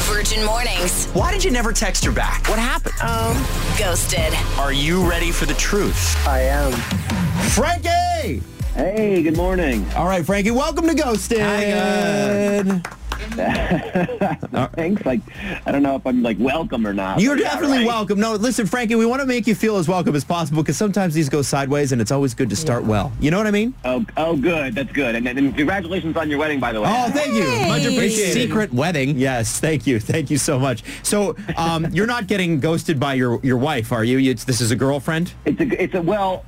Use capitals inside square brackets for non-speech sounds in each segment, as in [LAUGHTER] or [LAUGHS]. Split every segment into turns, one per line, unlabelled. Virgin Mornings. Um,
Why did you never text her back? What happened?
Ghosted.
Are you ready for the truth?
I am.
Frankie!
Hey, good morning.
All right, Frankie, welcome to Ghosted.
Thanks. Like, I don't know if I'm like welcome or not.
You're
but yeah,
definitely
right?
welcome. No, listen, Frankie, we want to make you feel as welcome as possible because sometimes these go sideways and it's always good to start well. You know what I mean?
Oh, oh, good. That's good. And, and congratulations on your wedding, by the way.
Oh, thank you. Much appreciated.
Secret wedding.
Yes, thank you. Thank you so much. So um, [LAUGHS] you're not getting ghosted by your, your wife, are you? It's, this is a girlfriend?
It's a, it's a well.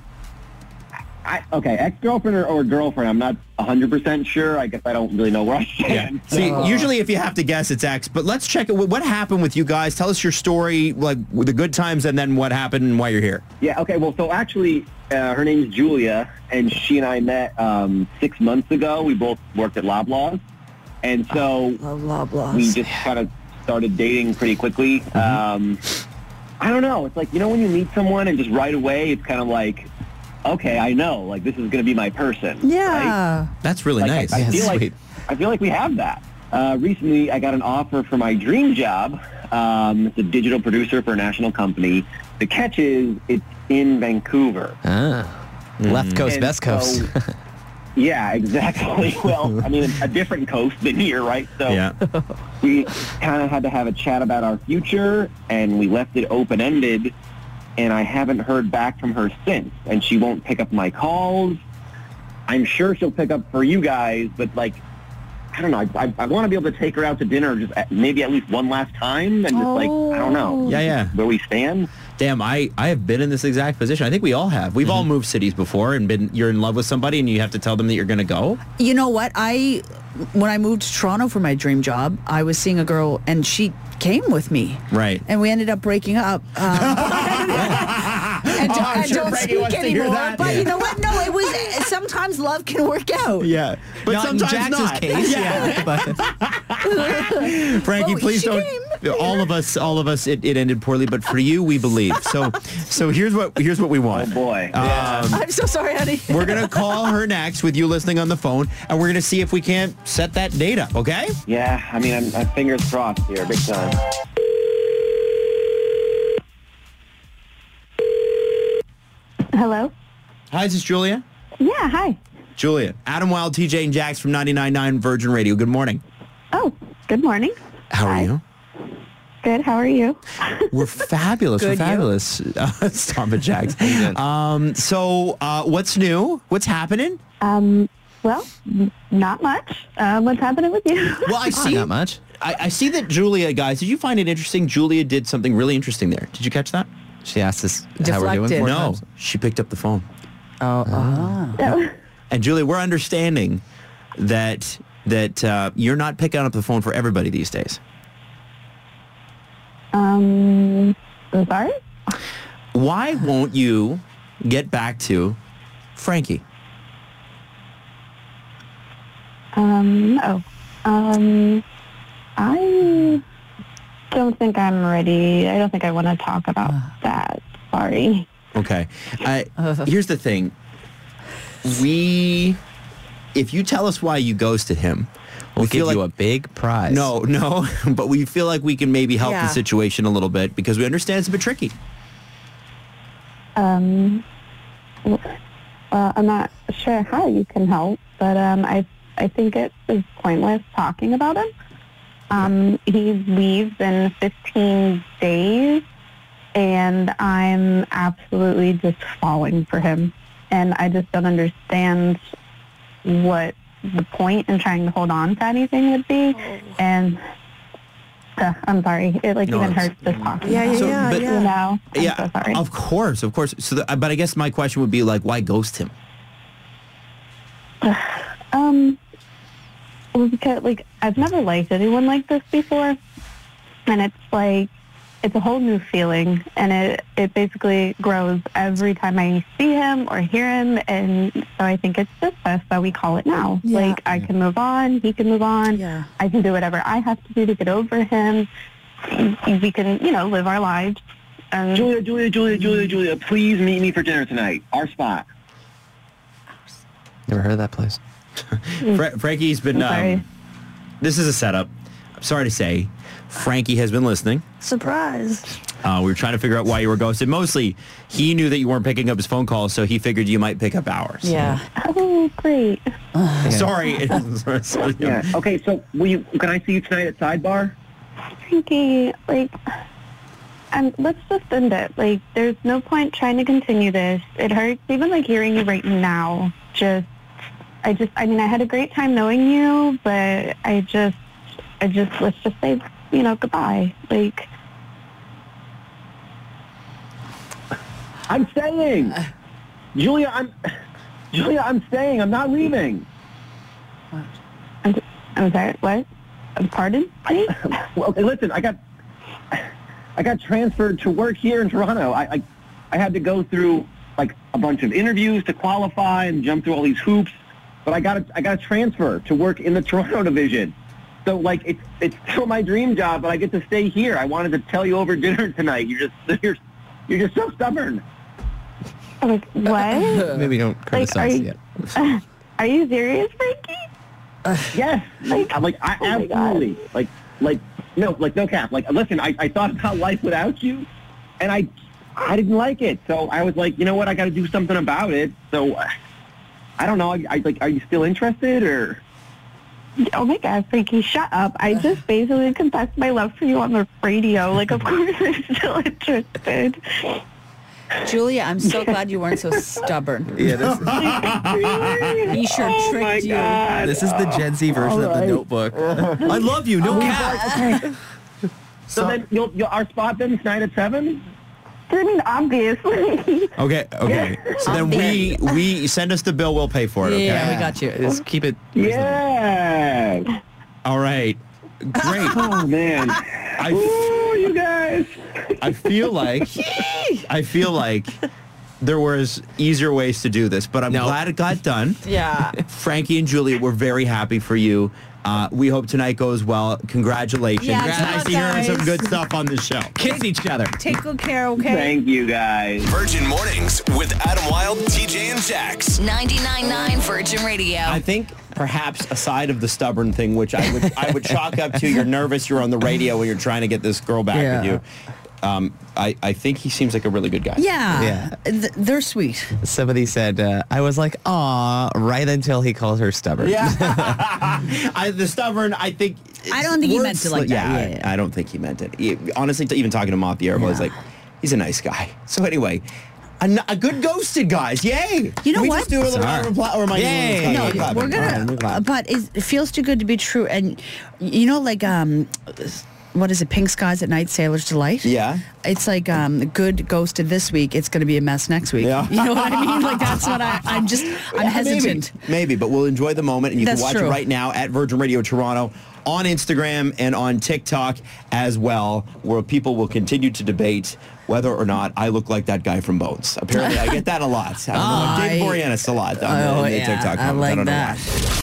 I, okay, ex-girlfriend or, or girlfriend. I'm not 100 percent sure. I guess I don't really know where I stand. [LAUGHS]
See, usually if you have to guess, it's X. But let's check it. What happened with you guys? Tell us your story, like the good times, and then what happened and why you're here.
Yeah. Okay. Well, so actually, uh, her name's Julia, and she and I met um, six months ago. We both worked at Loblaws, and
Ah.
so we just kind of started dating pretty quickly. Um, I don't know. It's like you know when you meet someone and just right away, it's kind of like, okay, I know, like this is going to be my person. right?
Yeah.
That's really
Like, I-
nice.
I,
Yeah,
feel
sweet.
like I feel like we have that. Uh, recently, I got an offer for my dream job. Um, it's a digital producer for a national company. The catch is, it's in Vancouver. Mm-hmm.
Ah. Left coast,
And
best coast. [LAUGHS]
so- [LAUGHS] yeah, exactly. [LAUGHS] Well, I mean, a different coast than here, right? So we kind of had to have a chat about our future, and we left it open-ended, and I haven't heard back from her since, and she won't pick up my calls. I'm sure she'll pick up for you guys, but like, I don't know. I, I, I want to be able to take her out to dinner, just at, maybe at least one last time, and just like, I don't know.
Oh. Yeah, yeah.
Where we stand?
Damn, I, I have been in this exact position. I think we all have. We've all moved cities before and been you're in love with somebody and you have to tell them that you're going to go.
You know what? I when I moved to Toronto for my dream job, I was seeing a girl and she came with me.
Right.
And we ended up
[LAUGHS]
breaking up. Um, and don't,
Oh, I'm
and
sure
don't
Frankie
speak
wants to hear
anymore.
that.
But you know what? No, it was sometimes love can work out.
Yeah. But
not in
sometimes
Jax's
not.
case.
Yeah.
Yeah. but-
[LAUGHS] Frankie,
Well,
please
she
don't. All of us, all of us, it, it ended poorly, but for you, we believe. So, so here's what here's what we
Oh
want.
boy.
Uh,
I'm so sorry, honey.
We're gonna call her next with you listening on the phone, and we're gonna see if we can't set that date up. Okay?
yeah, I mean, I'm, I'm fingers crossed here, big time.
Hello?
Hi, is this Julia?
Yeah, hi.
Julia, Adam Wild, TJ, and Jax from 99.9 Virgin Radio. Good morning.
Oh, good morning.
How are you?
Good, how are you?
[LAUGHS]
We're fabulous. We're
Good, you.
fabulous. Uh, [LAUGHS] Stop it, Jax. Um, so, uh, what's new? What's happening?
Well, n- not much. Um, what's happening with you? [LAUGHS]
Well, I
Not
see.
that much.
I, I see that Julia, guys. Did you find it interesting? Julia did something really interesting there. Did you catch that?
She asked us how we're doing.
Deflected.
four
no,
times. Oh, uh-huh.
she picked up the phone.
So,
And Julia, we're understanding that that uh, you're not picking up the phone for everybody these days.
um, I'm sorry?
[LAUGHS]
Why won't you get back to Frankie?
Um, oh. Um, I don't think I'm ready. I don't think I want to talk about that. Sorry.
Okay. I, here's the thing. We, if you tell us why you ghosted him,
We'll
we
give
feel like
you a big prize.
no, [LAUGHS] no, but we feel like we can maybe help
Yeah.
the situation a little bit because we understand it's a bit tricky.
Um, well, Uh, I'm not sure how you can help, but um, I I think it is pointless talking about him. Um, he leaves in 15 days, and I'm absolutely just falling for him. And I just don't understand what the point in trying to hold on to anything would be.
Oh.
And uh, I'm sorry, it like
No,
even
it's- Mm-hmm.
hurts just talking.
Yeah,
about
yeah,
it,
So,
yeah,
but-
You
yeah.
know, I'm
yeah,
so sorry.
of course, of course. So, the, uh, but I guess my question would be like, why ghost him?
Um, well, because like I've never liked anyone like this before, and it's like it's a whole new feeling, and it it basically grows every time I see him or hear him, and so I think it's just best that we call it now.
Yeah.
Like I can move on, he can move on,
Yeah.
I can do whatever I have to do to get over him. We can, you know, live our lives. And
Julia, Julia, Julia, Julia, Julia, please meet me for dinner tonight. Our spot.
Never heard of that place.
Fra- Frankie's been.
Hmm. I'm sorry.
Um, this is a setup. I'm sorry to say, Frankie has been listening.
Surprise.
Uh, we were trying to figure out why you were ghosted. Mostly, he knew that you weren't picking up his phone calls, so he figured you might pick up ours.
Yeah.
Oh, great.
Sorry. [LAUGHS] Sorry.
Yeah. Okay. So, will you? Can I see you tonight at Sidebar?
Frankie, like, um, let's just end it. Like, there's no point trying to continue this. It hurts even like hearing you right now. Just, I just, I mean, I had a great time knowing you, but I just, I just, let's just say, you know, goodbye. Like,
I'm staying.
Uh.
Julia, I'm. Julia, I'm staying. I'm not leaving.
I'm, I'm sorry, what? Um, Pardon? Please?
[LAUGHS] Well, hey, listen, I got, I got transferred to work here in Toronto. I, I, I had to go through like a bunch of interviews to qualify and jump through all these hoops, but I got a, I got a transfer to work in the [LAUGHS] Toronto division. So like it's it's still my dream job, but I get to stay here. I wanted to tell you over dinner tonight. You're just [LAUGHS] you're, you're just so stubborn.
I'm like, what?
Maybe don't criticize
you-
yet.
Are you serious, Frankie?
Yes, like, I'm like I
Oh my God.
absolutely like like no like no cap. Like listen, I, I thought about life without you, and I I didn't like it. So I was like, you know what, I got to do something about it. So uh, I don't know. I, I like, are you still interested or?
Oh my God, Frankie, shut up. I just basically confessed my love for you on the radio. Like, of course I'm still [LAUGHS] interested.
Julia, I'm so glad you weren't so stubborn.
Yeah, this,
He sure
Oh
tricked you.
this is the Gen Z version of the Notebook. I love you. No cap.
So, then you'll, you'll our spot then tonight at seven.
Didn't obviously.
Okay. Okay. So then we we send us the bill. We'll pay for it. Okay.
Yeah, we got you.
Just keep it.
Yeah.
All right. Great.
Oh man.
[LAUGHS]
I
Ooh, you guys.
I feel like I feel like there was easier ways to do this, but I'm glad it got done.
Yeah.
Frankie and Julia, we're very happy for you. Uh, we hope tonight goes well. Congratulations.
Yeah,
it's
good
nice
luck,
to hear
guys.
some good stuff on this show.
Kiss each other.
Take good care, okay?
Thank you guys.
Virgin Mornings with Adam Wilde, TJ, and Jax.
99.9 Virgin Radio.
I think perhaps aside of the stubborn thing, which I would I would chalk up to you're nervous, you're on the radio when you're trying to get this girl back
Yeah.
with you. Um, I, I think he seems like a really good guy.
Yeah.
Yeah.
Th- they're sweet.
Somebody said, uh, I was like, aw, right until he called her stubborn.
Yeah. I, the stubborn, I think.
I don't think he meant to
words
like that.
Yeah,
Yeah, yeah,
I, I don't think he meant it. He- honestly, t- even talking to him off the air, I was
Yeah.
like, he's a nice guy. So anyway, a, n- a good ghosted guys. Yay.
You know
we
what?
just do a little
Sorry.
reply or am I
Yay.
doing-
No,
I'm clapping.
We're
All right,
gonna,
I'm clapping.
but it, it feels too good to be true. And you know, like um, what is it? Pink skies at night, sailors delight.
Yeah.
It's like um, good ghosted this week. It's going to be a mess next week.
Yeah.
You know what I mean? Like that's what I.
[LAUGHS]
I'm just. I'm
Yeah,
hesitant.
Maybe, maybe, but we'll enjoy the moment, and you
That's
can watch
true.
it right now at Virgin Radio Toronto on Instagram and on TikTok as well, where people will continue to debate whether or not I look like that guy from
[LAUGHS]
Bones. Apparently, I get that a lot. I don't know.
Oh,
Dave
I-
Boreanaz a lot on the-
Oh,
in the
yeah,
TikTok
I
comments.
like
don't know
that.
why.